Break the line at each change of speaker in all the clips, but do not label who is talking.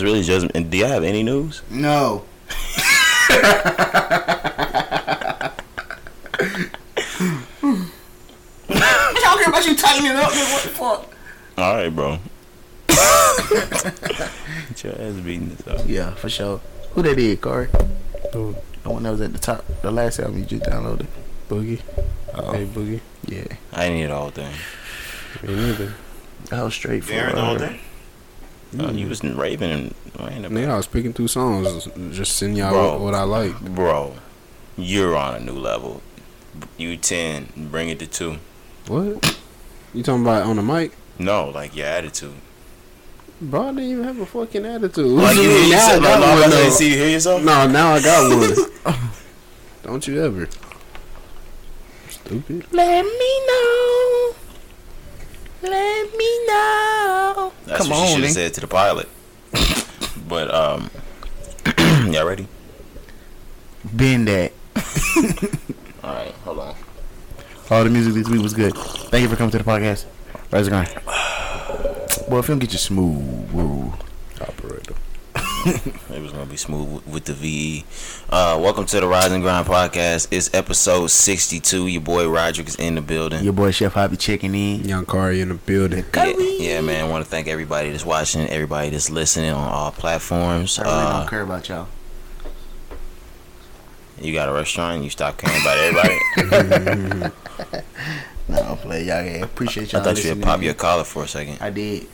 really just. And do you have any news?
No. I don't care about you tightening up. man, What the fuck?
All right, bro. Get your ass beating this up.
Yeah, for sure. Who that is, Corey?
Who?
The one that was at the top, the last album you just downloaded.
Boogie.
Oh,
Hey, Boogie.
yeah.
I need the whole thing.
Me neither.
That was straight for
Aaron, the whole thing.
Uh, you was raving and random.
Man, I was picking through songs, just sending y'all
Bro.
what, what I like.
Bro, you're on a new level. You 10, bring it to 2.
What? You talking about on the mic?
No, like your attitude.
Bro, I didn't even have a fucking attitude.
Like you hear
now I
yourself. Like,
got
like,
one.
like,
though.
see, you hear yourself?
No, now I got one. Don't you ever. Stupid.
Let me know. Let me know.
That's
Come
what
on,
you should
nigga.
have said to the pilot. but, um, y'all ready?
Been that.
Alright, hold on.
All the music this week was good. Thank you for coming to the podcast. Rise grind. Boy, if you don't get you smooth, woo.
Operator.
It was gonna be smooth with- with the VE. Uh, welcome to the Rise and Grind podcast. It's episode sixty-two. Your boy Roderick is in the building.
Your boy Chef Hobby checking in.
Young Kari in the building.
Yeah, yeah, man. I want to thank everybody that's watching, everybody that's listening on all platforms.
I really
Uh,
don't care about y'all.
you got a restaurant, you stop caring about everybody.
No, I don't play y'all. Yeah, appreciate
I
y'all.
thought you
listening
would pop
in.
your collar for a second,
I did.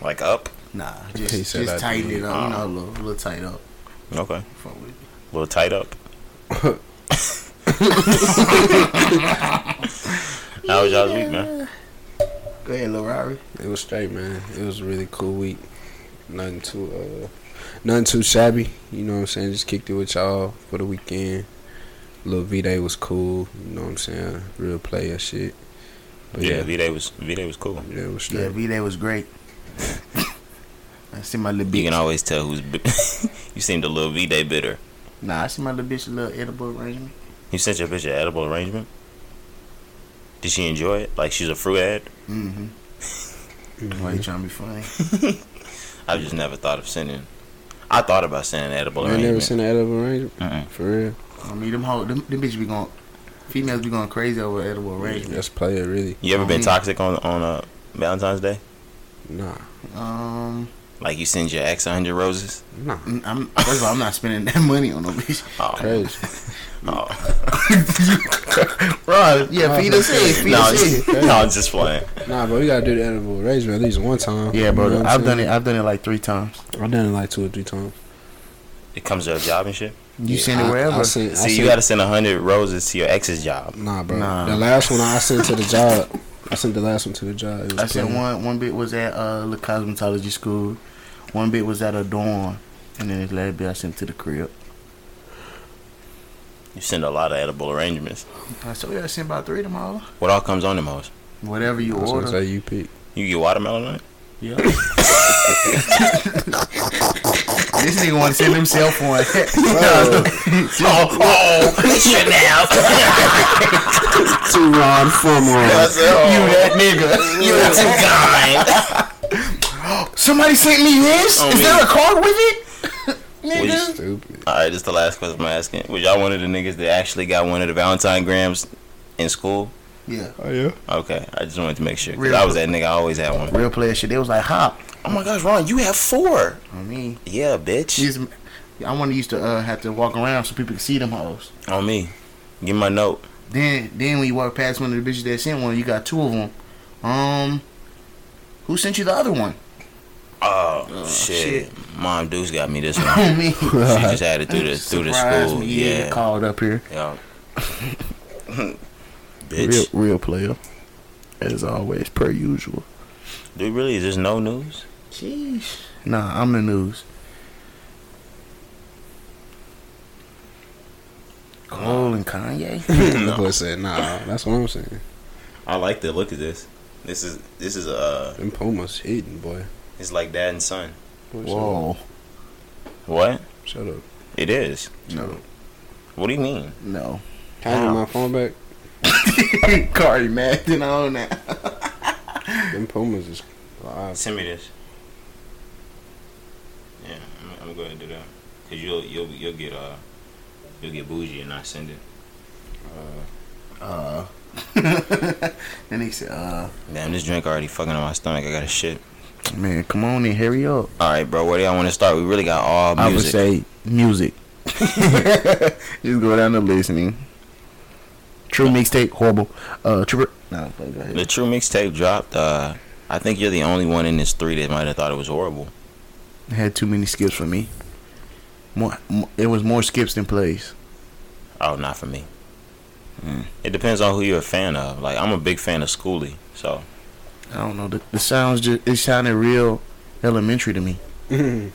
like up.
Nah,
He
just
said I
just tighten
did.
it up. You know, a little, a little tight up.
Okay,
Fuck with it.
a little tight up. How was y'all's week, man?
Go ahead, Lil Rory.
It was straight, man. It was a really cool week. Nothing too, uh, nothing too shabby. You know what I'm saying? Just kicked it with y'all for the weekend. Little V Day was cool. You know what I'm saying? Real player shit. But
Yeah,
yeah,
V Day was V Day was cool.
yeah, it was
Yeah,
straight.
V Day was great. I see my little
You can
bitch.
always tell who's. Bi- you seemed a little V Day bitter.
Nah, I see my little bitch a little edible arrangement.
You sent your bitch an edible arrangement. Did she enjoy it? Like she's a fruit ad?
Mm-hmm.
Mm-hmm.
Why you trying to be funny?
I've just never thought of sending. I thought about sending an edible
I ain't never
arrangement.
seen an edible arrangement
Mm-mm.
for real.
I mean, them whole them, them bitches be going. Females be going crazy over edible arrangement.
That's player really.
You ever been
Mm.
toxic on on uh, Valentine's Day?
Nah,
Um, mm,
Like you send your ex a hundred roses?
nah,
I'm first of all, I'm not spending that money on no bitch.
Oh,
crazy.
oh.
Bro, yeah, feed us in, feed
no, I'm
us in.
just, no, I'm just playing.
Nah, but we gotta do the edible arrangement at least one time.
Yeah, bro,
You know what I'm
I've done
saying?
it. I've done it like three times.
I've done it like two or three times.
It comes to a job and shit.
You
Yeah,
send
I-
it
I,
wherever.
seen, I
See, you
seen-
gotta send a hundred roses to your ex's job.
Nah, bro.
Nah.
The last one I sent to the job. I sent the last one to the job. It was
I said
player.
one one bit was at uh the cosmetology school, one bit was at a dorm, and then this last bit I sent to the crib.
You send a lot of edible arrangements.
I said, "Oh, yeah, I sent about three tomorrow.
What all comes on them hoes?
Whatever you
I was gonna
order.
say you pick.
You get watermelon on it?
Yeah. this nigga want to send himself one.
Oh, oh, Chanel.
Two Ron, four Ron.
oh, You that nigga.
You too kind.
Somebody sent me this.
Oh,
Is
me.
there a card with it? Nigga.
Stupid.
All right, this is the last question I'm asking. Was y'all one of the niggas that actually got one of the Valentine grams in school?
Yeah.
Oh yeah.
Okay, I just wanted to make sure. 'cause
Real.
I was that nigga. I always had one.
Real player shit. They was like, hop.
Oh my gosh, Ron, you have four.
I mean,
Yeah, bitch.
these- I want to used to uh, have to walk around so people could see them hoes.
On me. Give me my note.
Then, then when you walk past one of the bitches that sent one, you got two of them. Um, who sent you the other one?
Oh, shit.
shit.
Mom Deuce got me this one.
Oh me.
she just had it through the through the
Surprise
school.
me,
Yeah.
called up here.
yeah. bitch.
Real, real player, as always, per usual.
Dude, really? Is this no news?
Jeez. Nah, I'm the news. Cole and Kanye.
That boy said, nah. That's what I'm saying.
I like the look of this. This is this is uh
Them Pumas hitting, boy.
it's like dad and son.
Boy,
Whoa.
What?
Shut up. Shut up.
It is.
No,
What do you mean?
no.
Can I get
Ow.
my phone back?
Cardi mad than on that.
Them Pumas is live.
Send me this. Yeah, I'm, I'm gonna go ahead and do that. Cause you'll you'll you'll get uh you'll get bougie and not send it.
Uh. and he said, uh.
Damn, this drink already fucking on my stomach. I gotta shit.
Man, come on and hurry up.
All right, bro. Where do y'all want to start? We really got all
I would
music.
say music. Just go down to listening. True mixtape, horrible. Uh, true. No, go ahead.
the True mixtape dropped. Uh, I think you're the only one in this three that might have thought it was horrible.
It had too many skips for me. More, mo it was more skips than plays.
Oh, not for me.
Mm.
It depends on who you're a fan of. Like I'm a big fan of Schoolie, so
I don't know. The, the sounds just it sounded real elementary to me.
What do you mean?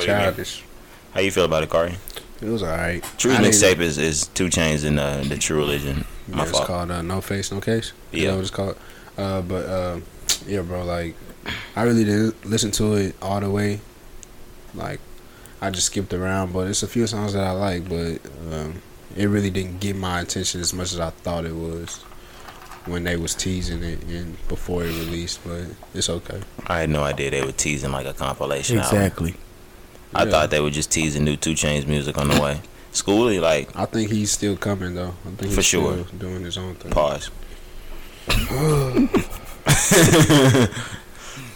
Childish.
how you feel about it, Kari?
It was alright.
True
I didn't-
mixtape is is two chains in uh, the True Religion.
Yeah,
My
it's
fault.
called uh, No Face, No Case.
Yeah.
Yeah, that what it's called. Uh, but uh, yeah, bro, like I really didn't listen to it all the way. Like I just skipped around, but it's a few songs that I like, but um, it really didn't get my attention as much as I thought it was when they was teasing it and before it released. But it's okay.
I had no idea they were teasing like a compilation album. I
Yeah.
thought they were just teasing new Two Chains music on the way. Schoolie, like,
I think he's still coming though. I think he's
For sure.
still doing his own thing.
pause.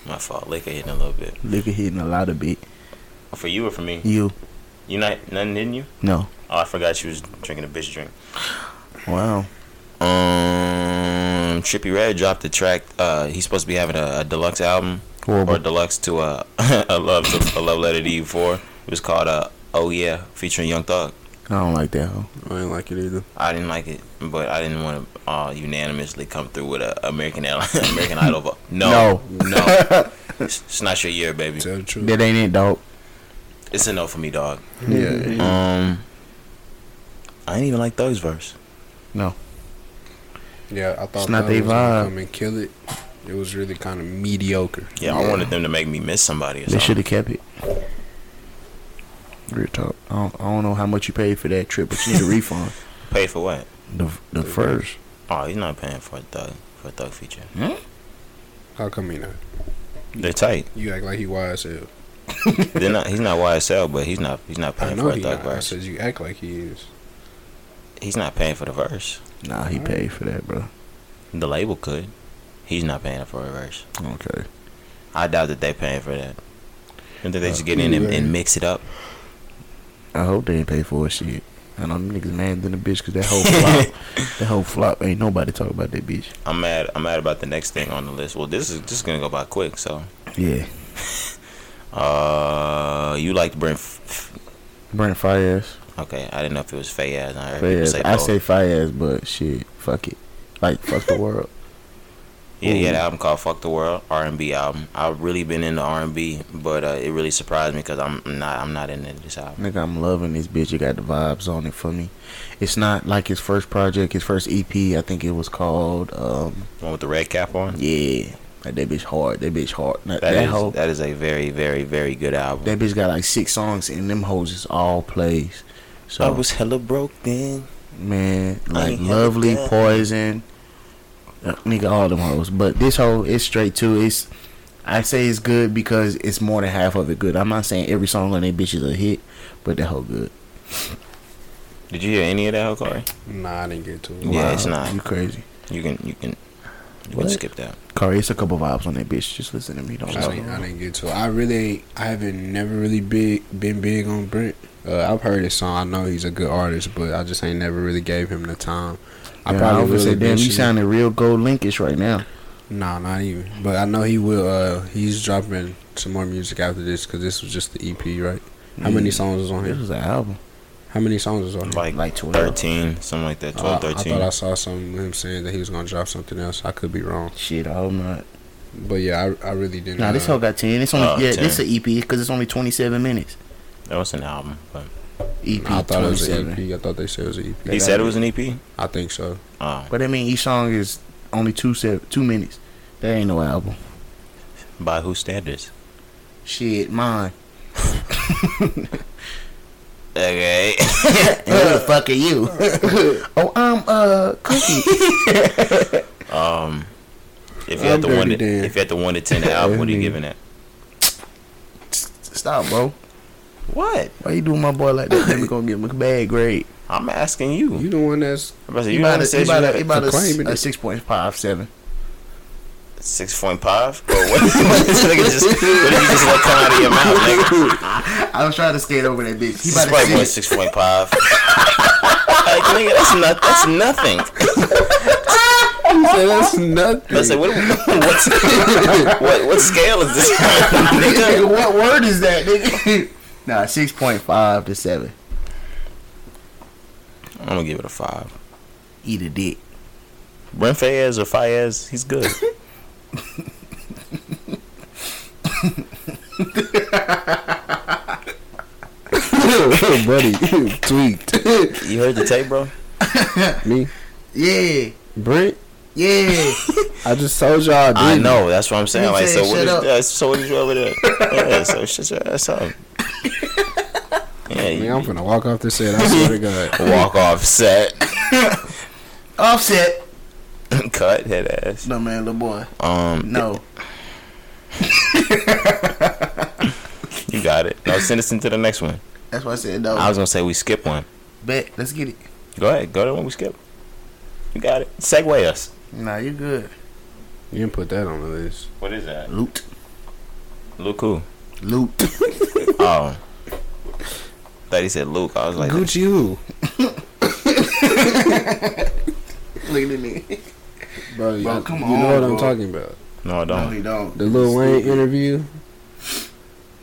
My fault. Liquor hitting a little bit.
Liquor hitting a lot of bit.
For you or for me?
You
You not nothing hitting you?
no.
Oh, I forgot you was drinking a bitch drink.
Wow.
Um, Trippy Red dropped the track. Uh, he's supposed to be having a, a deluxe album
Horrible.
or deluxe to a, a love to, a love letter to you for. It was called uh, Oh Yeah, featuring Young Thug.
I don't like that. Hoe.
I ain't like it either.
I didn't like it, but I didn't want to uh, unanimously come through with a American Airlines, American Idol. Vote. No, no, it's, it's not your year, baby.
Tell the truth.
That ain't it, dog.
It's a no for me, dog.
Yeah.
Um, I didn't even like Thug's verse.
Yeah, I thought
It's not
Thug
they
was gonna
vibe.
Come and kill it. It was really kind of mediocre.
Yeah, I wanted them to make me miss somebody. Or
They should
something.
have kept it. Real talk. I don't, I don't know how much you paid for that trip, but you need a refund.
Pay for what?
The the first.
Oh, he's not paying for a Thug for a Thug feature.
How come he not?
They're tight.
You act like he wise as hell.
They're not. He's not YSL, but he's not. He's not
I
paying
know
for a
he
Thug
not. I
verse.
said you act like he is.
He's not paying for the verse.
Nah, he paid for that, bro.
The label could. He's not paying for a verse.
Okay.
I doubt that they paying for that. And that they
Uh,
just get in and,
yeah.
and mix it up.
I hope they ain't pay for it, shit. I know them niggas mad than a bitch because that whole flop, that whole flop ain't nobody talk about that bitch.
I'm mad. I'm mad about the next thing on the list. Well, this is just gonna go by quick. So,
Yeah.
uh, you like to bring? F-
Brent Fires.
f- okay, I didn't know if it was Fayaz. I heard people
Fires.
say
I
both.
say Fires, but shit, fuck it. Like, fuck the world.
Yeah, he had an album called "Fuck the World" R and B album. I've really been into R and B, but uh, it really surprised me because I'm not. I'm not into this album.
Nigga, I'm loving this bitch. It got the vibes on it for me. It's not like his first project, his first EP. I think it was called, um,
One with the red cap on.
yeah. Like, that bitch hard. That bitch hard. That,
That
that
is-
hoe-
that is a very, very, very good album.
that bitch got like six songs, and them hoes is all plays. So
I was hella broke then.
man, like
ain't had
lovely
that.
poison, uh, nigga, all them hoes. But this hoe is straight too. It's I say it's good because it's more than half of it good. I'm not saying every song on that bitch is a hit, but that hoe good.
Did you hear any of that, hoe, Corey?
Nah, I didn't get to it.
Yeah. it's not.
You crazy,
You can, you can, you can
What?
skip that.
Corey? It's a couple vibes on that bitch. Just listen to me. Don't
I didn't, I
know.
didn't get to it. I really, ain't- I haven't never really big been big on Brent. Uh, I've heard his song. I know he's a good artist, but I just ain't never really gave him the time. I
I
probably
probably would
really
say, damn,
been
you
shoot-
sounding real gold linkish right now.
Nah, not even. But I know he will. Uh, he's dropping some more music after this because this was just the EP, right?
Mm.
How many songs is on
This
here?
was an album,
How many songs is on here?
Like,
like twelve.
13, something like that,
Uh, I, I
12,
thought
13.
I saw some him saying that he was gonna drop something else. I could be wrong,
Shit, I hope not.
but yeah, I, I really didn't.
Nah, this
uh,
hoe got ten. It's only
Oh,
yeah,
10.
this a EP because it's only twenty seven minutes. E
that was an album. But
EP
I thought it
twenty
was E an
seven.
EP. I thought they said it was an EP.
he said it was an E EP?
I think so.
Oh,
But I mean, each song is only two seven, two minutes. That ain't no album.
by whose standards?
Shit, mine.
Okay.
And who the fuck are you? oh, I'm uh Cookie.
um, if you had
I'm
the one, to,
Dirty Dan.
if you had the one to ten album, what are you
Mhm.
giving it?
Stop, bro.
What?
Why you doing my boy like that? Never gonna give him a bad grade.
I'm asking you.
You the one that's
I'm about to say,
He
you
about
about
a, he
said
about
you
a, he
had
about a,
proclaiming
a
it.
six point five seven.
six point five. Bro, what? what this nigga just, what did you just let come out of your mouth, nigga?
I was trying to skate over that bitch. He
This
about
probably
a
was
six.
six point five. Like nigga, that's not. That's nothing.
Yeah, that's nothing.
I said, what, what's, what, what scale is this, nigga?
Nigga, what word is that, nigga? nah, six point five to seven.
I'm gonna give it a five.
Eat a dick.
Brent Fayez or Fayez, he's good.
buddy, you tweaked.
You heard the tape, bro?
Me,
Yeah,
Brent.
yeah.
I just told y'all. I, did
I know. That's what I'm saying.
Let me
Like,
tell
so
you, shut
what is
up.
that? So what is over there? Yeah, so shut your ass up. Yeah,
Man, I'm
you
gonna walk off this set. I swear to God.
walk off set,
Offset.
cut head ass.
No man, little boy.
Um,
No.
you got it. No, send us into the next one.
That's why I said no.
I was gonna say we skip one.
Bet. Let's get it.
Go ahead, go to the one we skip. You got it. Segway us.
Nah, you good.
You didn't put that on the list.
What is that?
Loot.
Luke who?
Loot.
Oh. Thought he said Luke. I was like,
Gucci who?
Look at me.
Bro,
Bro,
y'all-
come
you
on,
know what
bro.
I'm talking about.
no,
No,
I don't.
he don't.
The Lil Wayne
Stupid.
interview.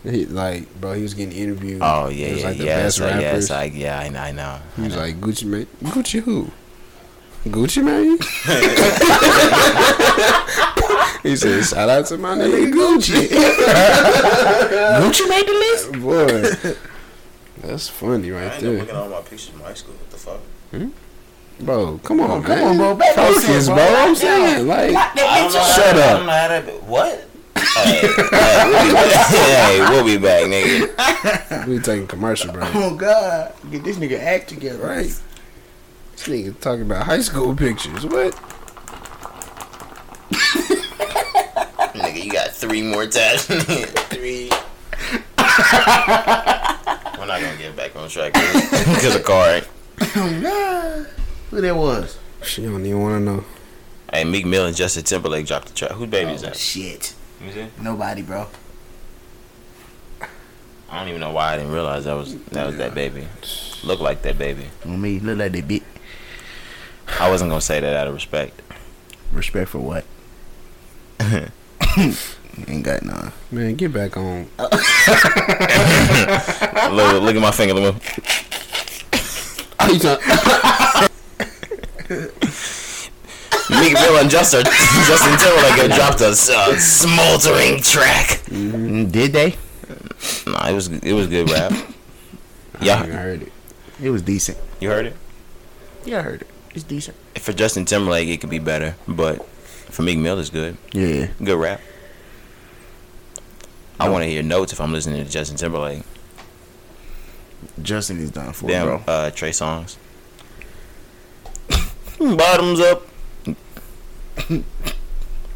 He like, bro, he was getting interviewed.
Oh yeah,
He was
yeah,
like the
yeah,
best
so, yeah,
rappers.
so, I, yeah. I know, I know.
He was like, Gucci man, Gucci who? Gucci man. he said, shout out to my nigga Gucci.
Gucci made the list.
Boy, that's funny right there,
at all my pictures from high school. What the fuck?
bro. Come on,
Come
man.
on, bro. Back up,
Focus, bro.
Lock
I'm
down.
saying, like,
Lock that bitch up.
Shut up.
what? hey, hey, we'll be back, nigga.
we taking commercial, bro.
Oh God, get this nigga act together.
Right. This nigga talking about high school pictures. What?
Nigga, you got three more times. three. We're not gonna get back on track because of car.
Oh God, who that was?
She don't even want to know.
Hey, Meek Mill and Justin Timberlake dropped the track. Who baby is
Oh,
that?
shit,
Let me see.
nobody, bro.
I don't even know why I didn't realize that was that was that baby. Look like that baby.
On me, look like that bitch.
I wasn't gonna say that out of respect.
Respect for what? Ain't got none.
Man, get back on.
look, look at my finger. Look at my... Meek Mill and Justin Justin Timberlake have dropped a s- uh, smoldering track.
Mm-hmm.
Mm, Did they?
Nah, it was it was good rap.
I
Yeah,
heard it.
It was decent.
you heard it.
Yeah, I heard it. It's decent.
For Justin Timberlake, it could be better, but for Meek Mill, it's good.
Yeah.
Good rap. I want to hear notes if I'm listening to Justin Timberlake.
Justin is done for,
Damn,
bro.
uh, Trey Songs. Bottoms up.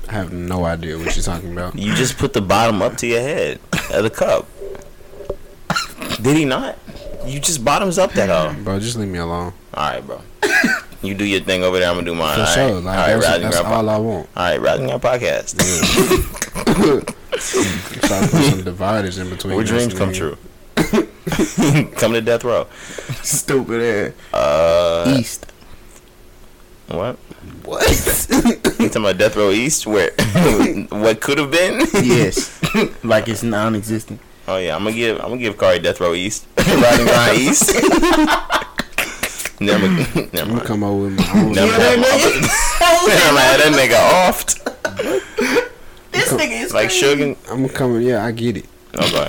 I have no idea what you're talking about.
You just put the bottom up to your head of the cup. Did he not? You just bottoms up that hoe.
Bro, just leave me alone.
All right, bro. You do your thing over there. I'm gonna do mine.
For
all right,
sure.
all
Like,
right,
that's,
Rising
that's
Ground. Po-
all I want.
all right, Rising Ground podcast.
Try to put some dividers in between.
Where
us,
dreams come
nigga.
true. come to death row.
Stupid ass.
Uh,
East.
what? What? you talking about death row east? Where? what could have been?
yes. like it's non-existent.
Oh yeah, I'm gonna give I'm gonna give Kari Death Row East, Riding Grind East. never, never
I'm gonna
mind.
come over with my own.
Never mind. I'm gonna- Damn, I had that nigga offed
this nigga is
like Sugar. Oh,
I'm coming. Yeah, I get it.
Okay,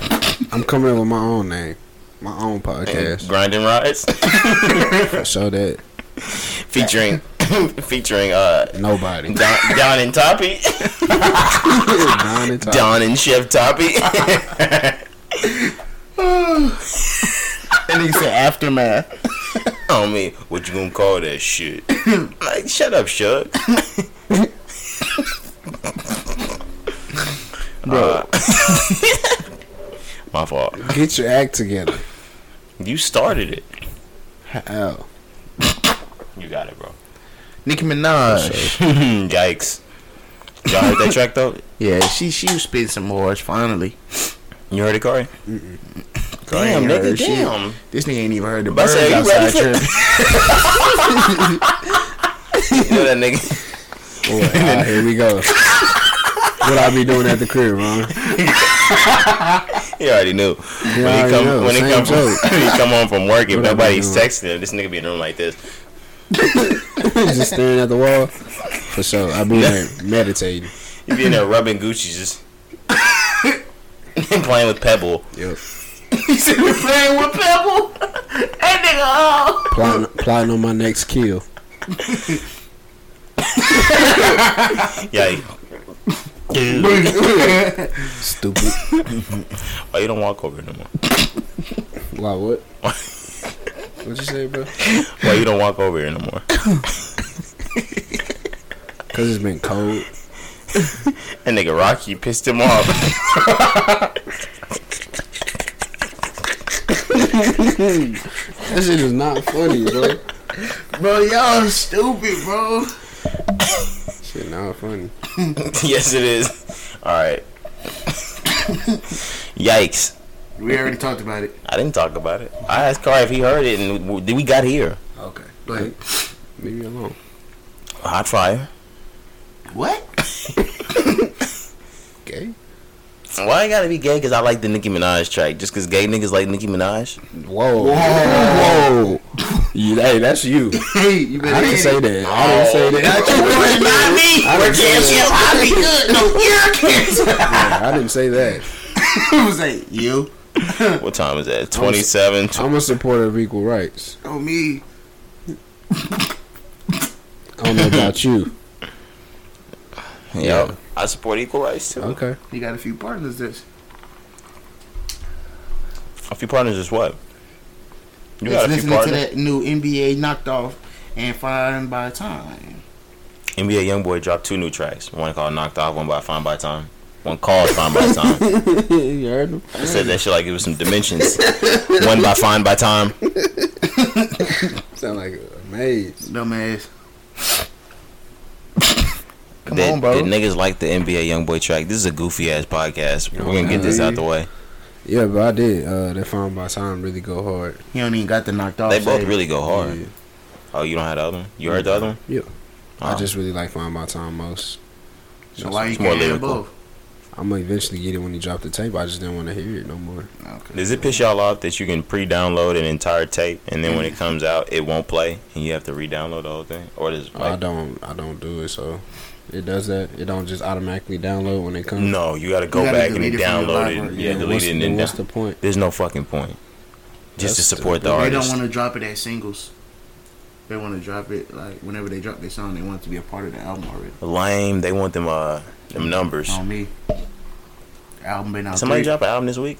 I'm coming up with my own name, my own podcast.
grinding rides
Show that
featuring featuring uh
nobody.
Don, Don and Toppy,
Nine and top.
Don and Chef Toppy.
And he said aftermath.
oh man, what you gonna call that shit? like, shut up, Shug.
Bro.
Uh, My fault.
Get your act together.
You started it.
How?
You got it, bro.
Nicki Minaj.
Mm, Yikes. Y'all heard that track though?
Yeah, she she was spitting some bars finally.
You heard it, Corey? Corey
Damn,
ain't
nigga,
heard shit.
damn. This nigga ain't even heard the
But I
birds
said, you ready
outside
for-
tripping.
You know that nigga?
Boy, ah, here we go. what I be doing at the crib, man?
He already knew.
He
when he
already
come
know,
when he
same
come from,
joke.
when he come home from work if
What I be
nobody's
doing?
texting him, this nigga be in the room like this.
Just staring at the wall. For sure, I be there meditating.
He be in there rubbing Gucci just playing with Pebble.
Yep.
He said we playing with Pebble. that nigga, oh.
Plotting, plotting on my next kill.
Yeah. he-
Stupid.
Why you don't walk over no more?
Why what? what you say, bro?
Why you don't walk over here no more?
Cause it's been cold.
That nigga Rocky pissed him off.
That shit is not funny, bro.
Bro, y'all stupid, bro.
shit not funny.
yes, it is. All right. Yikes!
We already talked about it.
I didn't talk about it. I asked Car if he heard it, and w- w- we got here.
Okay.
Like, leave me alone.
Hot fire.
What?
Okay.
Why I gotta be gay? Cause I like the Nicki Minaj track. Just cause gay niggas like Nicki Minaj.
Whoa. Whoa. You, hey, that's you.
Hey, you better
I didn't say that. I didn't say that.
Not me.
I
We're
didn't say
canceled. I be good. No, you're canceled.
Yeah, I didn't say that.
I was like, you.
What time is that? Twenty-seven. Tw-
I'm a supporter of equal rights.
Oh, me.
I don't know about you.
yeah. I support equal rights too.
Okay.
You got a few partners that's.
A few partners is what? You
that's
got a few
listening to
partners.
that new NBA knocked off and fine by time.
NBA YoungBoy dropped two new tracks. One called "Knocked Off," one by "Fine by Time." One called "Fine by Time."
you heard him?
I said that shit like it was some dimensions. One by fine by time.
Sound like a maze.
Dumbass. Come
that,
on, bro.
that niggas like the NBA YoungBoy track. This is a goofy ass podcast. We're gonna get this out the way.
Yeah, but I did. Uh, that Found by Time really go hard.
He don't even got the knocked off.
They both
save.
really go hard.
Yeah.
Oh, you don't have the other one? You heard the other one?
Yeah. I
Oh.
just really like Found by Time most.
So why you
It's more
can't have
lyrical.
both?
I'm gonna eventually get it when he dropped the tape. I just didn't want to hear it no more.
Okay.
Does it piss y'all off that you can pre-download an entire tape and then when it comes out it won't play and you have to re-download the whole thing? Or does it
I
like,
don't. I don't do it. So it does that. It don't just automatically download when it comes.
No, you gotta go
gotta
back and then
delete it from your
download it.
library.
Yeah,
Yeah,
delete
what's-
it and then
what's
down-
the point?
There's no fucking point. Just to
That's
support the,
stupid.
They
artist.
don't want to drop it as singles. They want to drop it like whenever they drop their song, they want it to be a part of the album already.
Lame. They want them uh them numbers.
On me. Album been out.
Somebody
Oh, three-
drop an album this week?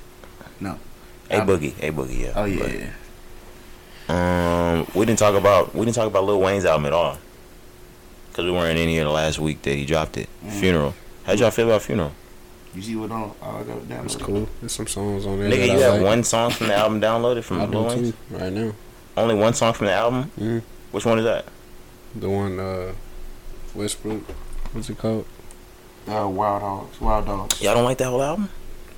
No.
A Boogie, A Boogie, yeah.
Oh yeah.
But,
yeah.
Um, we didn't talk about we didn't talk about Lil Wayne's album at all, cause we weren't in here the last week that he dropped it.
Mm.
Funeral. How'd y'all feel about Funeral?
You see what all, all I got down.
It's cool. There's some songs on there.
Nigga,
that
you
I
have
like.
one song from the album downloaded
I
from Lil
do
Wayne.
too right now.
Only one song from the album.
Mm-hmm.
Mm.
Which one is that?
The one uh, Westbrook. What's it called?
Uh, Wild Dogs. Wild Dogs.
Y'all don't like that whole album?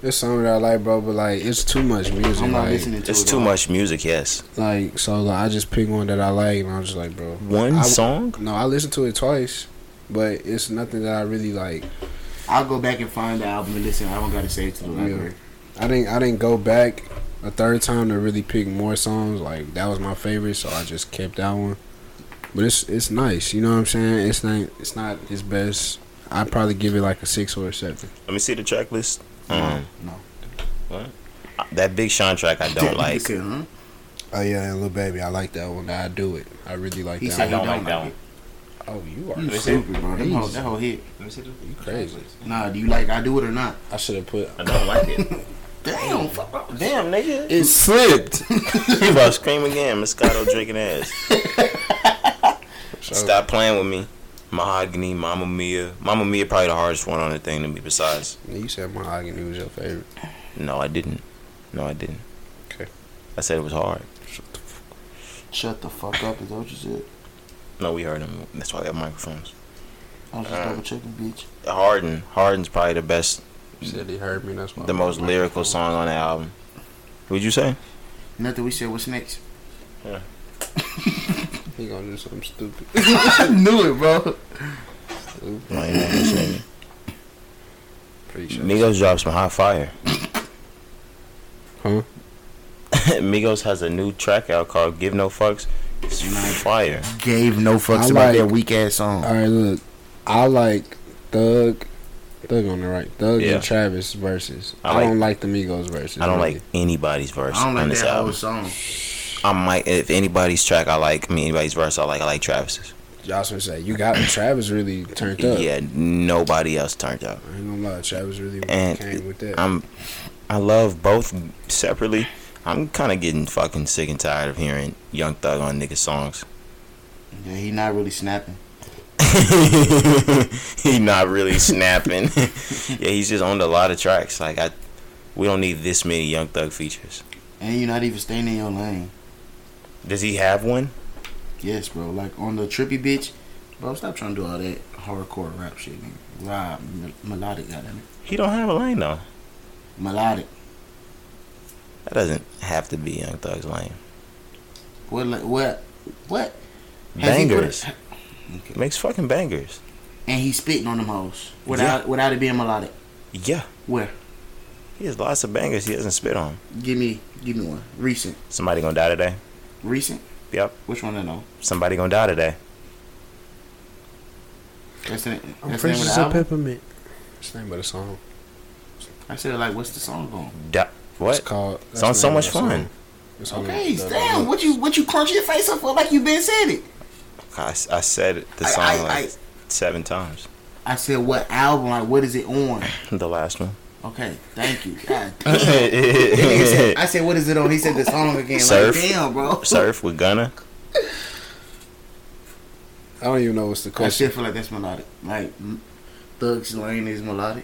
There's something that I like, bro. But like, it's too much music.
I'm not
like,
listening to it.
It's too
all.
much music. Yes,
Like, so like, I just pick one that I like, and I'm just like, bro.
one
I-
song.
No, I listened to it twice, but it's nothing that I really like.
I'll go back and find the album and listen. I don't gotta save it to the
Yeah.
library.
I didn't I didn't go back a third time to really pick more songs. Like that was my favorite, so I just kept that one. But it's it's nice, you know what I'm saying? It's not it's not his best. I'd probably give it like a six or a seven.
Let me see the track list. Um,
No.
that Big Sean track I don't like.
He said, huh?
Oh yeah, and Lil Baby, I like that one. I do it. I really like
He
that
said
I
he
one.
don't like that one.
it.
Oh, you are
You
They said-
stupid, bro. Them
Jeez.
whole- That whole hit.
you crazy.
Nah, do you like I do it or not?
I should have put
I don't like it.
Damn, fuck.
Damn, nigga.
it slipped.
You about to scream again, Moscato drinking ass. Stop playing with me. Mahogany, Mamma Mia. Mamma Mia probably the hardest one on the thing to me besides.
You said Mahogany was your favorite.
No, I didn't. No, I didn't.
Okay.
I said it was hard.
Shut the fuck up. Is that what you said?
No, we heard him. That's why we have microphones.
I was
Uh.
just double checking, bitch.
Harden. Harden's probably the best,
You said he heard me. That's why.
the most lyrical song on the album. Would you say?
Nothing we said. What's next?
He gonna do something stupid.
I knew it, bro.
stupid.
No, you know what I'm saying.
Pretty sure.
Migos dropped some hot fire.
Huh?
Migos has a new track out called "Give No Fucks." It's fire.
Gave no fucks
I
about
like-
that weak ass song.
All right, look. I like Thug. Thug on the right. Thug
Yeah.
and Travis verses.
I
I,
like-
don't like the Migos verses.
I don't
really.
like anybody's verse
I don't
on
like
this
that whole
album.
song.
I might, if anybody's track I like, I mean anybody's verse I like, I like Travis's.
Y'all was gonna say you got Travis really turned up.
Yeah, nobody else turned up.
I ain't gonna lie, Travis really
And
came with that.
I'm, I love both separately. I'm kind of getting fucking sick and tired of hearing Young Thug on niggas songs.
Yeah, he not really snapping.
he not really snapping. yeah, he's just owned a lot of tracks. Like I, we don't need this many Young Thug features.
And you're not even staying in your lane.
Does he have one?
Yes, bro. Like on the trippy bitch. Bro, stop trying to do all that hardcore rap shit, nigga. Live, me- melodic, goddamn it.
He don't have a lane though.
Melodic.
That doesn't have to be Young Thug's lane.
What? Like, what? What? Has he put
Bangers
it- Okay.
makes fucking bangers.
And he's spitting on them hoes without without it being melodic.
Yeah,
Where?
he has lots of bangers. He doesn't spit on.
Give me give me one. Recent.
Somebody gonna die today.
Recent?
Yep.
Which one I know?
Somebody gonna die today.
That's the, that's the name
I'm
of the
Princess of
album.
Peppermint. It's the name of the song.
I said like, what's the song on?
Di- what?
It's called. that's
Sounds
the
so
name
much
of the song.
fun.
It's on
Okay,
the- the-
damn. What you what you crunch your face up for? Like you been said it.
I, I said the
I-
song
I-
like
I-
seven times.
I said what album? Like what is it on?
The last one.
Okay, thank you. God damn. That nigga said-
Surf
I said what is it on? He said the song again.
Surf.
Like damn, bro.
with Gunna.
I don't even know what's the
I
question.
still feel like that's melodic. Like m- Thug's Lane is melodic.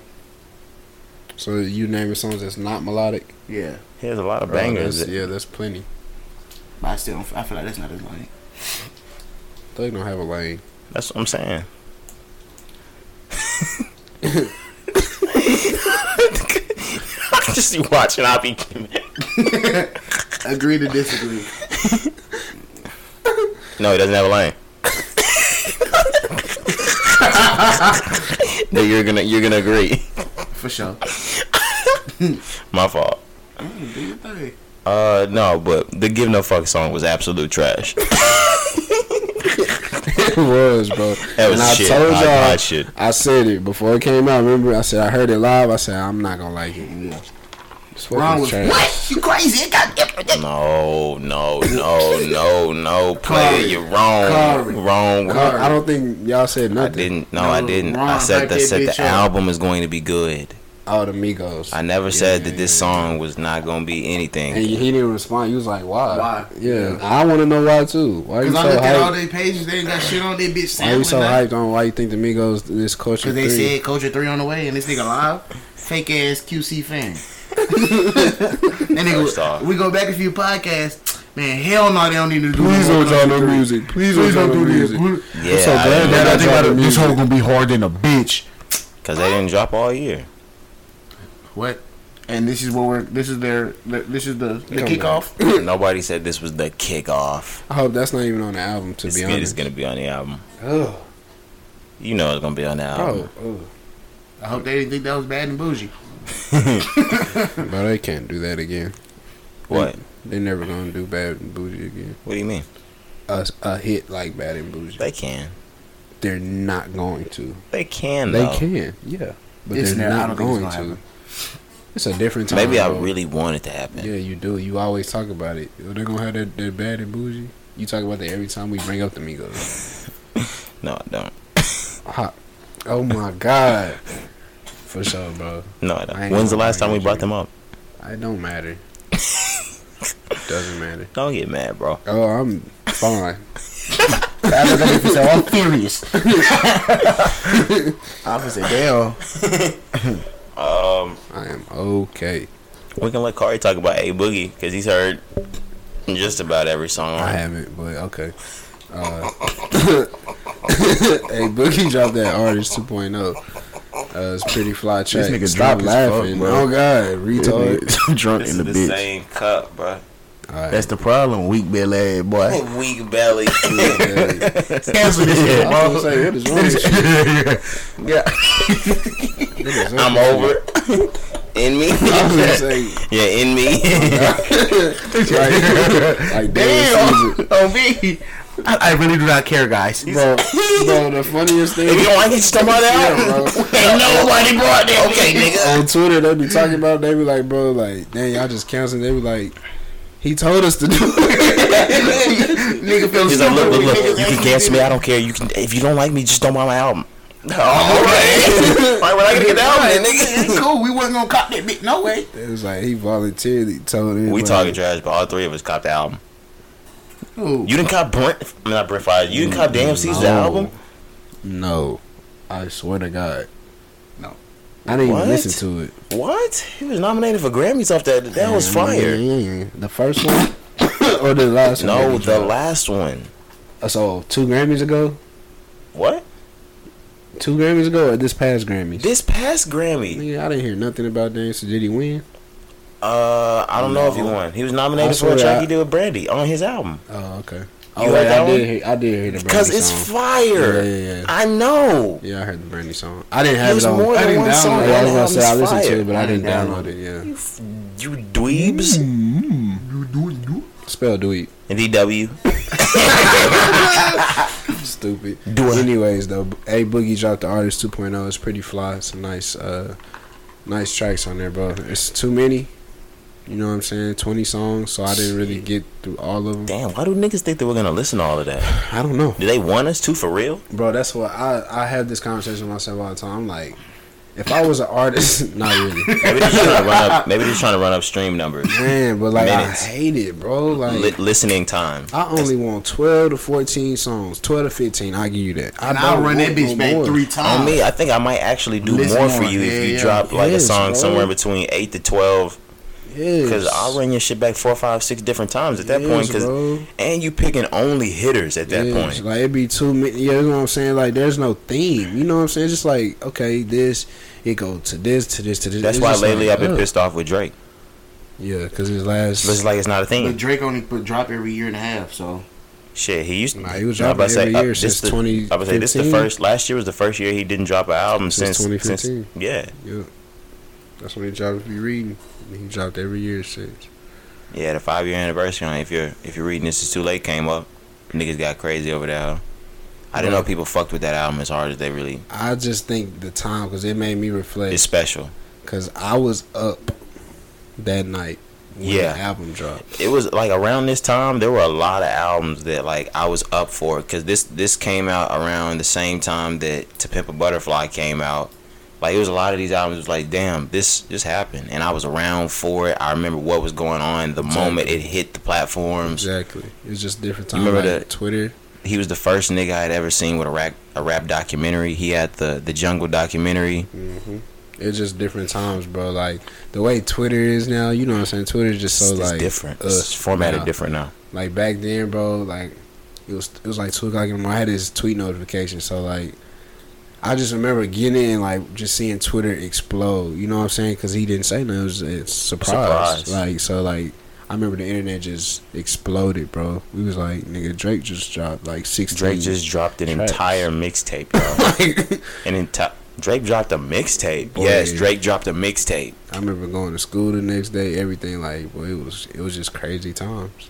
So you naming songs that's not melodic?
Yeah,
He has a lot of
Bro,
bangers.
that's- yeah, that's plenty.
but I still don't, I feel like that's not his lane.
Thug don't have a lane.
That's what I'm saying. I just be watching. I be
Agree to disagree.
no, he doesn't have a lane. No, you're gonna you're gonna agree.
For sure.
My fault.
Mm, do your thing.
Uh no, but the give no fuck song was absolute trash.
it was, bro.
That was
and I
shit.
told
Hot-
y'all,
hot shit.
I said it before it came out. Remember, I said I heard it live. I said I'm not gonna like it.
Yeah.
It's fucking
Wrong with
trash.
what? You crazy? It got
No, no, no, no, no, player,
Cardi.
you're wrong,
Cardi.
wrong.
I don't- I don't think y'all said
I
nothing.
didn't. No,
No,
I didn't. I
Ron,
said
back
that.
that
Said
bitch
the
up.
album is going to be good.
Oh, the Migos.
I never said
yeah,
that this
yeah.
song was not going to be
And
anything.
he didn't respond. He was like, "Why?
Why?
Yeah, I want to know why too. Why you
Because
so
I looked at all
hyped?
their pages, they ain't got shit on their bitch.
Why you
Sampling
so
nothing.
hyped on why you think the Migos this culture
Cause they
three?
said Culture Three on the way, and this nigga live, fake ass QC fan. and
First off.
nigga, we go back a few podcasts. Man, hell no, they don't need to do.
Please
no
don't
Culture
draw no
Three.
music. Please,
Please
don't
don't
draw no
do this.
music.
Yeah,
so glad that I
because
think about it, this hoe
gonna be harder than a bitch.
they didn't drop all year.
What? And this is what we're. This is their. This is the, the
Come
kickoff.
Nobody said this was the kickoff.
I hope that's not even on the album. To
It's,
be
good- it's
honest,
going to be on the album.
oh,
You know it's going to be on the album.
bro, oh.
I hope they didn't think that was bad and bougie.
bro, they can't do that again.
What?
They're never gonna do Bad and Bougie again.
What do you mean?
A, a hit like Bad and Bougie,
They can.
they're not going to.
They can.
They
Though.
can, yeah, but
It's
they're
never- I don't
not
think it's
going
gonna
to. It's a different time.
Maybe I
bro.
really want it to happen.
Yeah, you do. You always talk about it. They're gonna have that, that bad and bougie. You talk about that every time we bring up the Migos.
No, I don't.
Hot. Oh my god. For sure, bro.
No, I
I
don't.
ain't
When's the
gonna
last time we
argue.
brought them up?
It don't matter. Doesn't matter.
Don't get mad, bro.
Oh, I'm fine.
I look at him and say, I'm furious. I was say, damn.
I am okay.
We can let Kari talk about A Boogie because he's heard just about every song.
I haven't, but okay. Uh, hey, Boogie dropped that artist 2.0. Uh, it's pretty fly track.
nigga drunk
Stop
as
laughing.
fuck, bro.
oh God, retard.
Nigga, drunk
This
in the,
is the,
bitch.
same cup, bro.
All right.
That's the problem, weak belly ass boy.
Weak belly.
Yeah,
Cancel this shit,
I was gonna say, what is wrong with you?
yeah,
Niggas,
I'm over. in me.
I was gonna say,
yeah, in me.
like,
damn,
like damn.
on me. I, I really do not care, guys.
Bro, bro, the funniest thing.
if you don't like it, stomach
Yeah,
out.
bro.
Ain't nobody brought that. Okay, nigga.
on Twitter they be talking about it, they be like, bro, like, damn, y'all just canceling. They be like, he told us to do it.
Nigga feel
He's like, look, look,
stupid.
look. You can cancel me. I don't care. You can. If you don't like me, just don't buy my album. All right. All right. Well, I gotta get the album, then, nigga.
Cool, we wasn't gonna cop that bitch. No way.
it was like he voluntarily told him.
We
like,
talking trash, but all three of us copped the album.
Ooh.
You didn't cop Brent, I mean, not Brent Fires. You didn't cop DMC's
No.
album.
No, I swear to God, no. I didn't
What?
even listen to it.
What? He was nominated for Grammys off that. That was fire.
Mm, The first one or the last one?
No,
that
the
dropped?
last one.
Uh, So two Grammys ago,
What?
two Grammys ago, or this past Grammys.
This past Grammy.
Nigga, I didn't hear nothing about Dance. Did he win?
Uh, I don't know if he won. He was nominated
I
for a
swear
track
I-
he did with Brandy on his album.
Oh, okay.
You
Oh,
heard
wait,
that
I
one?
did. Hear, I did hear the Brandy
Because it's
song.
fire.
Yeah, yeah, yeah.
I know.
Yeah, I heard the Brandy song. I didn't have
There's
it on.
more
I
than
didn't
one song
download it.
on
I was
that
gonna say I
album's
listened
fire.
to it, but I didn't
download
download it. Yeah,
You, f- you dweebs.
Mm. spell do it.
DW.
Stupid.
Do it.
Anyways, though, A Boogie dropped the Artist 2.0. It's pretty fly. Some nice, uh, nice tracks on there, bro. It's too many. You know what I'm saying? 20 songs, so I didn't really get through all of them.
Damn, why do niggas think that we're gonna listen to all of that?
I don't know,
Do they want us to for real?
bro. That's what I I have this conversation with myself all the time. I'm like, if I was an artist, not really,
Maybe they're just trying to run up. Maybe they're just trying to run up stream numbers.
man. But like,
Minutes.
I hate it, bro. Like,
Li- listening time.
I only want 12 to 14 songs. 12 to 15, I give you that. I
And I'll
don't
run that
want
bitch
no
back
more.
three times.
On me, I think I might actually do
Listen
more for
more.
you
Yeah,
if you
yeah.
drop like a
Yes,
song
bro.
somewhere between eight to twelve.
Yes.
Because I'll run your shit back four, five, six different times at that point.
Yes,
'cause-
bro.
and you picking only hitters at that
Yes,
point.
Like, it'd be too many. Yeah, you know what I'm saying? Like, there's no theme. You know what I'm saying? Just like, okay, this, it goes to this, to this, to this.
That's
It's
why
just
lately
like,
I've been
ugh.
pissed off with Drake.
Yeah, because his last.
It's like it's not a
But
thing.
Drake only put drop every year and a half, so
Shit, he used.
Nah, he was
I'm about to
dropping every
uh,
year
this
since
the- I'm about to say this the
2015.
first. Last year was the first year he didn't drop an album since.
Since
since-
2015.
yeah,
yeah. That's when he dropped, if you reading. He dropped every year since.
yeah. The five year anniversary. on If you're if you're reading this, is too late. Came up. Niggas got crazy over that. album. I didn't know people fucked with that album as hard as they really.
I just think the time, because it made me reflect.
It's special.
Cause I was up that night when
Yeah.
the album dropped.
it was like around this time there were a lot of albums that like I was up for because this this came out around the same time that To Pimp a Butterfly came out. Like it was a lot of these albums was like damn this this happened and I was around for it. I remember what was going on the moment it hit the platforms.
Exactly. It was just different
You
time.
remember
like
that-
Twitter?
He was the first nigga I had ever seen with a rap a rap documentary. He had the the Jungle documentary.
Mm-hmm. It's just different times, bro. Like the way Twitter is now, you know what I'm saying? Twitter is just
So
so
it's,
like
different.
us
it's formatted
now.
different now.
Like back then, bro. Like it was it was like two o'clock in the morning. I had this tweet notification, so like. I just remember getting in, like just seeing Twitter explode. You know what I'm saying? Because he didn't say nothing. It was it's surprise.
Surprise.
Like so, like I remember the internet just exploded, bro. We was like, nigga, Drake just dropped like six.
Drake just dropped an
Tracks.
entire mixtape, y'all.
like,
an entire Drake dropped a mixtape.
Boy.
Yes, Drake dropped a mixtape.
I remember going to school the next day. Everything like, boy, it was it was just crazy times.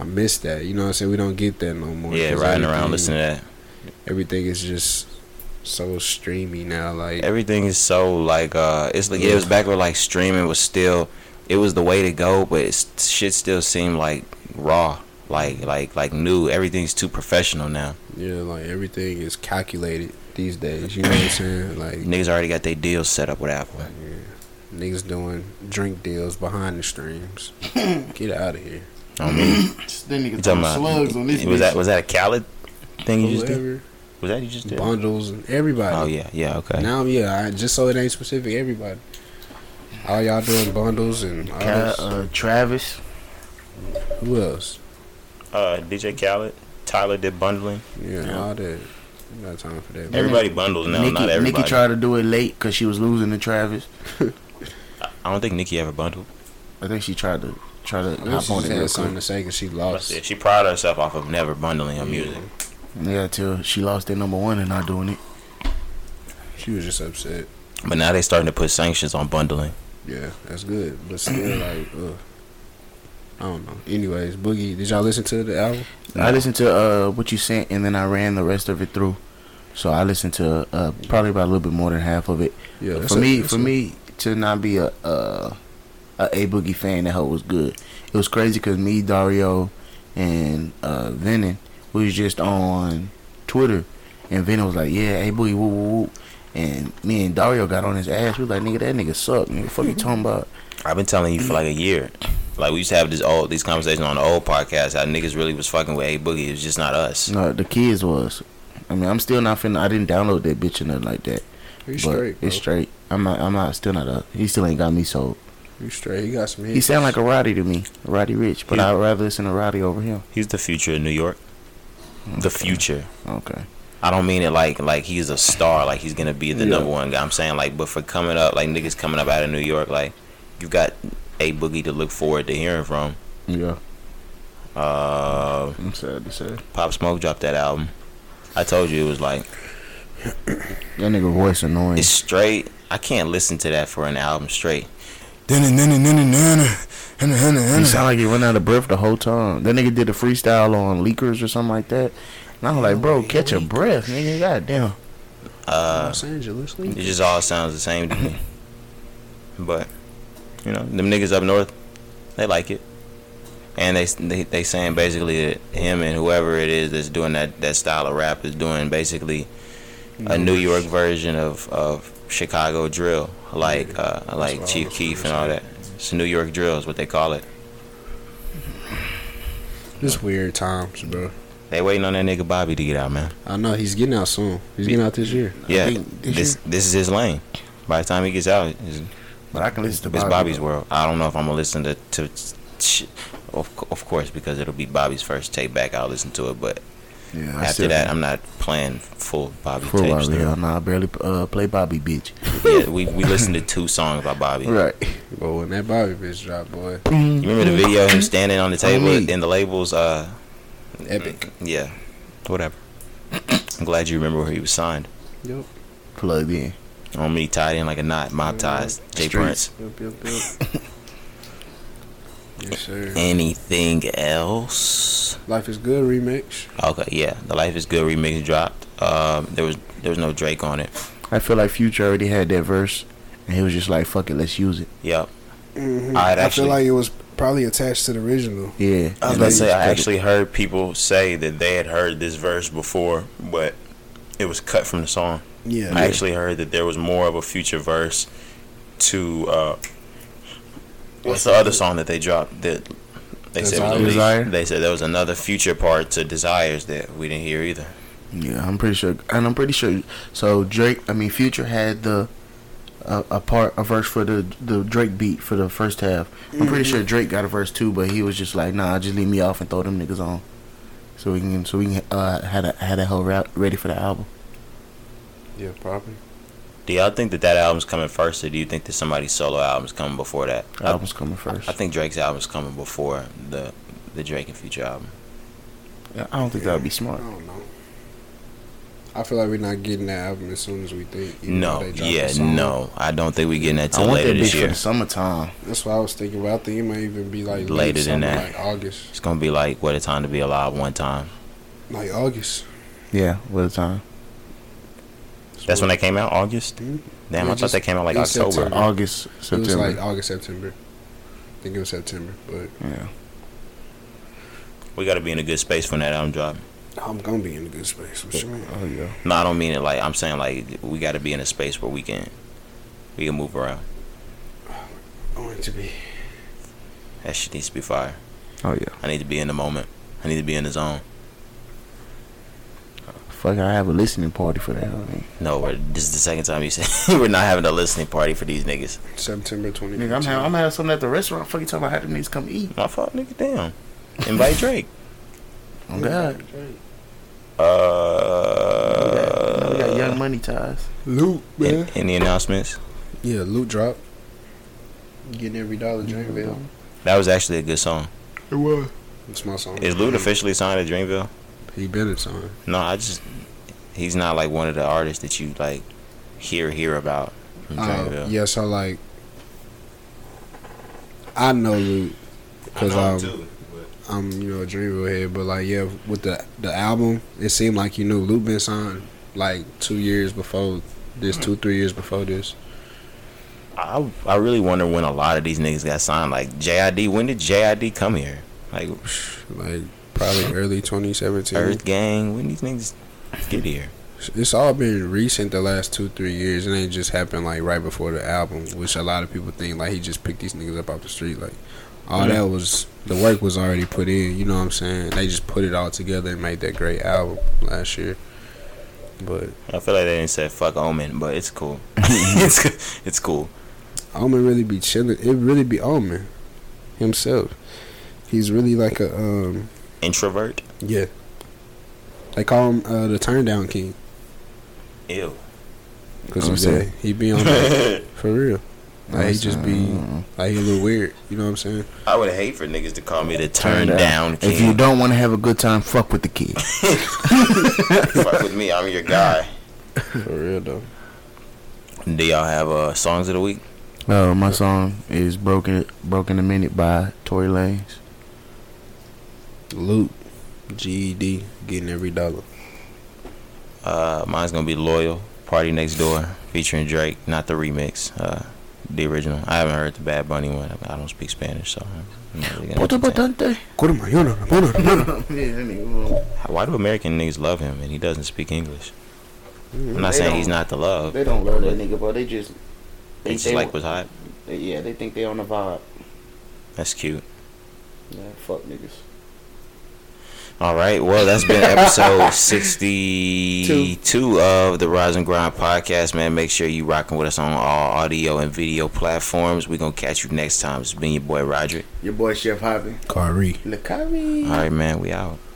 I miss that. You know what I'm saying? We don't get that no more.
Yeah,
'cause
riding
everything-
around listening to that.
Everything is just so streamy now. Like
Everything is so like uh it's like yeah, it was back where like streaming was still it was the way to go, but it's, shit still seemed like raw, like like like new. Everything's too professional now.
Yeah, like everything is calculated these days. You know what I'm saying? Like
Niggas already got their deals set up with Apple.
niggas doing drink deals behind the streams. Get out of here.
I mean,
then
you
nigga
talking
throwing
about
slugs on this.
was
bitch.
that was that a Khaled thing you just did?
Whoever,
Was that you just did?
Oh,
bundles and everybody.
Oh yeah, yeah okay.
Now, yeah, I, just so it ain't specific, everybody. All y'all doing bundles and all
Ka-
this.
uh, Travis.
Who else?
Uh, DJ Khaled, Tyler did bundling.
Yeah,
Yeah.
all that. I'm not time for that.
Every-
Everybody bundles now,
Nikki,
not everybody.
Nikki tried to do it late because she was losing to Travis.
I don't think Nikki ever bundled.
I think she tried to try to
I know
hop
she
on
just
it
had
real
something to
quick.
say because she
That's
lost.
it. She prided herself off of never bundling her music.
Yeah, till she lost their number one and not doing it.
She was just upset.
But now they starting to put sanctions on bundling.
Yeah, that's good. But still, like, ugh. I don't know. Anyways, Boogie, did y'all listen to the album?
I listened to uh what you sent and then I ran the rest of it through. So I listened to uh probably about a little bit more than half of it.
Yeah, that's
for
a-
me,
that's
for
a-
me to not be a a, a, a boogie fan, that hoe was good. It was crazy because me, Dario, and uh Venom was just on Twitter, and Venom was like, "Yeah, a boogie, woo woo woo," and me and Dario got on his ass. We was like, "Nigga, that nigga suck. Nigga, fuck you talking about."
I've been telling you for like a year. Like we used to have this old these conversations on the old podcast how niggas really was fucking with A Boogie. It was just not us.
No, the kids was. I mean, I'm still not finna. I didn't download that bitch or nothing like that.
He's
but
straight. Bro.
It's straight. I'm not. I'm not. Still not up. He still ain't got me sold.
He's straight. He got some hits.
He sound like a Roddy to me, Roddy Rich. But
Yeah.
I'd rather listen to Roddy over him.
He's the future of New York. The future.
Okay.
I don't mean it like like he's a star, like he's gonna be the
Yeah.
number one guy. I'm saying like, but for coming up, like niggas coming up out of New York, like you've got a boogie to look forward to hearing from.
Yeah.
Uh,
I'm sad to say.
Pop Smoke dropped that album. I told you it was like
That nigga voice annoying.
it's straight. I can't listen to that for an album straight.
he sound like he run out of breath the whole time. That nigga did a freestyle on leakers or something like that. And I'm like, bro, catch your breath, nigga. Goddamn.
Uh,
Los Angeles.
it just all sounds the same to me. But you know, them niggas up north, they like it, and they they they saying basically that him and whoever it is that's doing that that style of rap is doing basically a New York version of of Chicago drill, like uh, like
what I
Chief
was
Keef and
gonna
all
say.
that. It's New York drill is what they call it.
It's weird times, bro.
They waiting on that nigga Bobby to get out, man.
I know he's getting out soon. He's getting out this year.
Yeah,
think this
this this is his lane. By the time he gets out, it's,
But I can listen to
it's
Bobby,
Bobby's
though.
world. I don't know if I'm gonna listen to to, sh- of co- of course because it'll be Bobby's first tape back. I'll listen to it, but
Yeah, I
after
still
that, I'm not playing full Bobby
full
tapes.
Bobby. Hell,
though.
nah, I barely uh, play Bobby, bitch.
yeah, we we listened to two songs by Bobby.
Right.
But when that Bobby bitch dropped, boy,
You remember the video of him standing on the table
me.
and the labels? Uh,
epic.
yeah, whatever. I'm glad you remember where he was signed.
Yup.
Plugged in.
On me, tied in like a knot, mob ties, Jay
Streets.
Prince.
Yup, yup, yup. yes, sir.
Anything else?
Life is good remix.
Okay, yeah, the Life Is Good remix dropped. Um, there was there was no Drake on it.
I feel like Future already had that verse, and he was just like, "Fuck it, let's use it."
Yep.
Mm-hmm.
I'd actually-
feel like it was probably attached to the original.
Yeah.
I was
And
gonna
they
say
just
I
cut it.
actually heard people say that they had heard this verse before, but it was cut from the song.
Yeah.
I actually heard that there was more of a future verse to uh, what's the other song that they dropped that they said was a
Desire.
leak?
Desire?
They said there was another future part to Desires that we didn't hear either.
Yeah, I'm pretty sure, and I'm pretty sure. So Drake, I mean Future had the uh, a part a verse for the the Drake beat for the first half. I'm pretty sure Drake got a verse too, but he was just like, "Nah, just leave me off and throw them niggas on." So we can, so we can, uh, had a had a whole route ready for the album.
Yeah, probably.
Do y'all think that that album's coming first, or do you think that somebody's solo album's coming before that?
The
I,
album's coming first.
I think Drake's album's coming before the the Drake and Future album.
I don't think that would be smart.
I don't know. I feel like we're not getting that album as soon as we think. even
No,
though they dropped
yeah,
the song.
no, I don't think we getting that
I
till
want
later
that
this
bitch for
year.
the summertime.
That's what I was thinking. But I think it might even be like late
Later than
summer,
that.
like August,
It's gonna be like what a time to be alive one time.
like August.
Yeah, what a time.
That's when they came out, August.
Mhm.
Damn, I
Yeah,
thought
just-
they came out like
in
October.
September.
August,
It was
September.
like August, September. I think it was September, but
yeah.
We gotta be in a good space when that album drop.
I'm gonna be in a good space. What you mean?
Oh yeah.
No, I don't mean it like I'm saying like we gotta be in a space where we can we can move around.
Going to be.
That shit needs to be fire.
Oh yeah.
I need to be in the moment. I need to be in the zone.
Fuck, I have a listening party for that. I mean,
No, we're, this is the second time you said we're not having a listening party for these niggas.
September 20th.
nigga, I'm having, I'm having something at the restaurant. Fuck you talking about having niggas come eat?
My fault, nigga. Damn. Invite Drake.
Oh God,
Uh,
we got Young Money ties.
Loot, man.
an- any announcements?
Yeah, loot drop. Getting every dollar Dreamville.
That was actually a good song.
It was. It's my song.
Is Luda officially signed to Dreamville?
He better sign.
No, I just he's not like one of the artists that you like hear hear about from
Uh,
Dreamville.
yeah, so like, I know loot because I'm, I'm you know a Dreamville head, but like yeah, with the the album, it seemed like you knew loot been signed like two years before this, two three years before this.
I I really wonder when a lot of these niggas got signed. Like JID, when did JID come here? Like
Like probably early 2017.
Earth Gang, when these niggas get here?
It's all been recent the last two, three years. It ain't just happened like right before the album, which a lot of people think like he just picked these niggas up off the street. Like all that was the work was already put in, you know what I'm saying? They just put it all together and made that great album last year. But
I feel like they didn't say fuck Omen, but it's cool. it's it's cool.
Omen really be chilling. It really be Omen himself. He's really like a um
Introvert.
yeah. They call him uh, the Turn Down King
Ew.
because
I'm
he's
saying.
he be on that
I
for real. Like he just be
uh,
Mm-hmm.
like he a little weird. You know what I'm saying?
would hate for niggas to call me the turn down
If you
king.
don't want to have a good time, fuck with the kid.
fuck with me, I'm your guy.
For real though.
Do y'all have uh songs of the week?
Uh, my song is "Broken Broken a Minute" by Tory Lanez.
Loot, GED, E getting every dollar.
Uh, mine's gonna be "Loyal," "Party Next Door," featuring Drake, not the remix, uh, the original. I haven't heard the Bad Bunny one. I don't speak Spanish, so. I'm not really gonna
Puta
entertain.
bastante.
What
Yeah, that nigga,
Why do American niggas love him and he doesn't speak English? I'm not
Mm, They
saying
don't-
he's not the love.
They don't love that nigga, but they just
They just like what's hot.
yeah, they think they on the vibe.
That's cute.
Yeah, fuck niggas.
All right, well, that's been episode 62 of the Rise and Grind podcast, man. Make sure you rocking with us on all audio and video platforms. We're going to catch you next time. It's been your boy, Roger.
Your boy Chef Hoppy.
Kari.
Lakari.
All right, man, we out.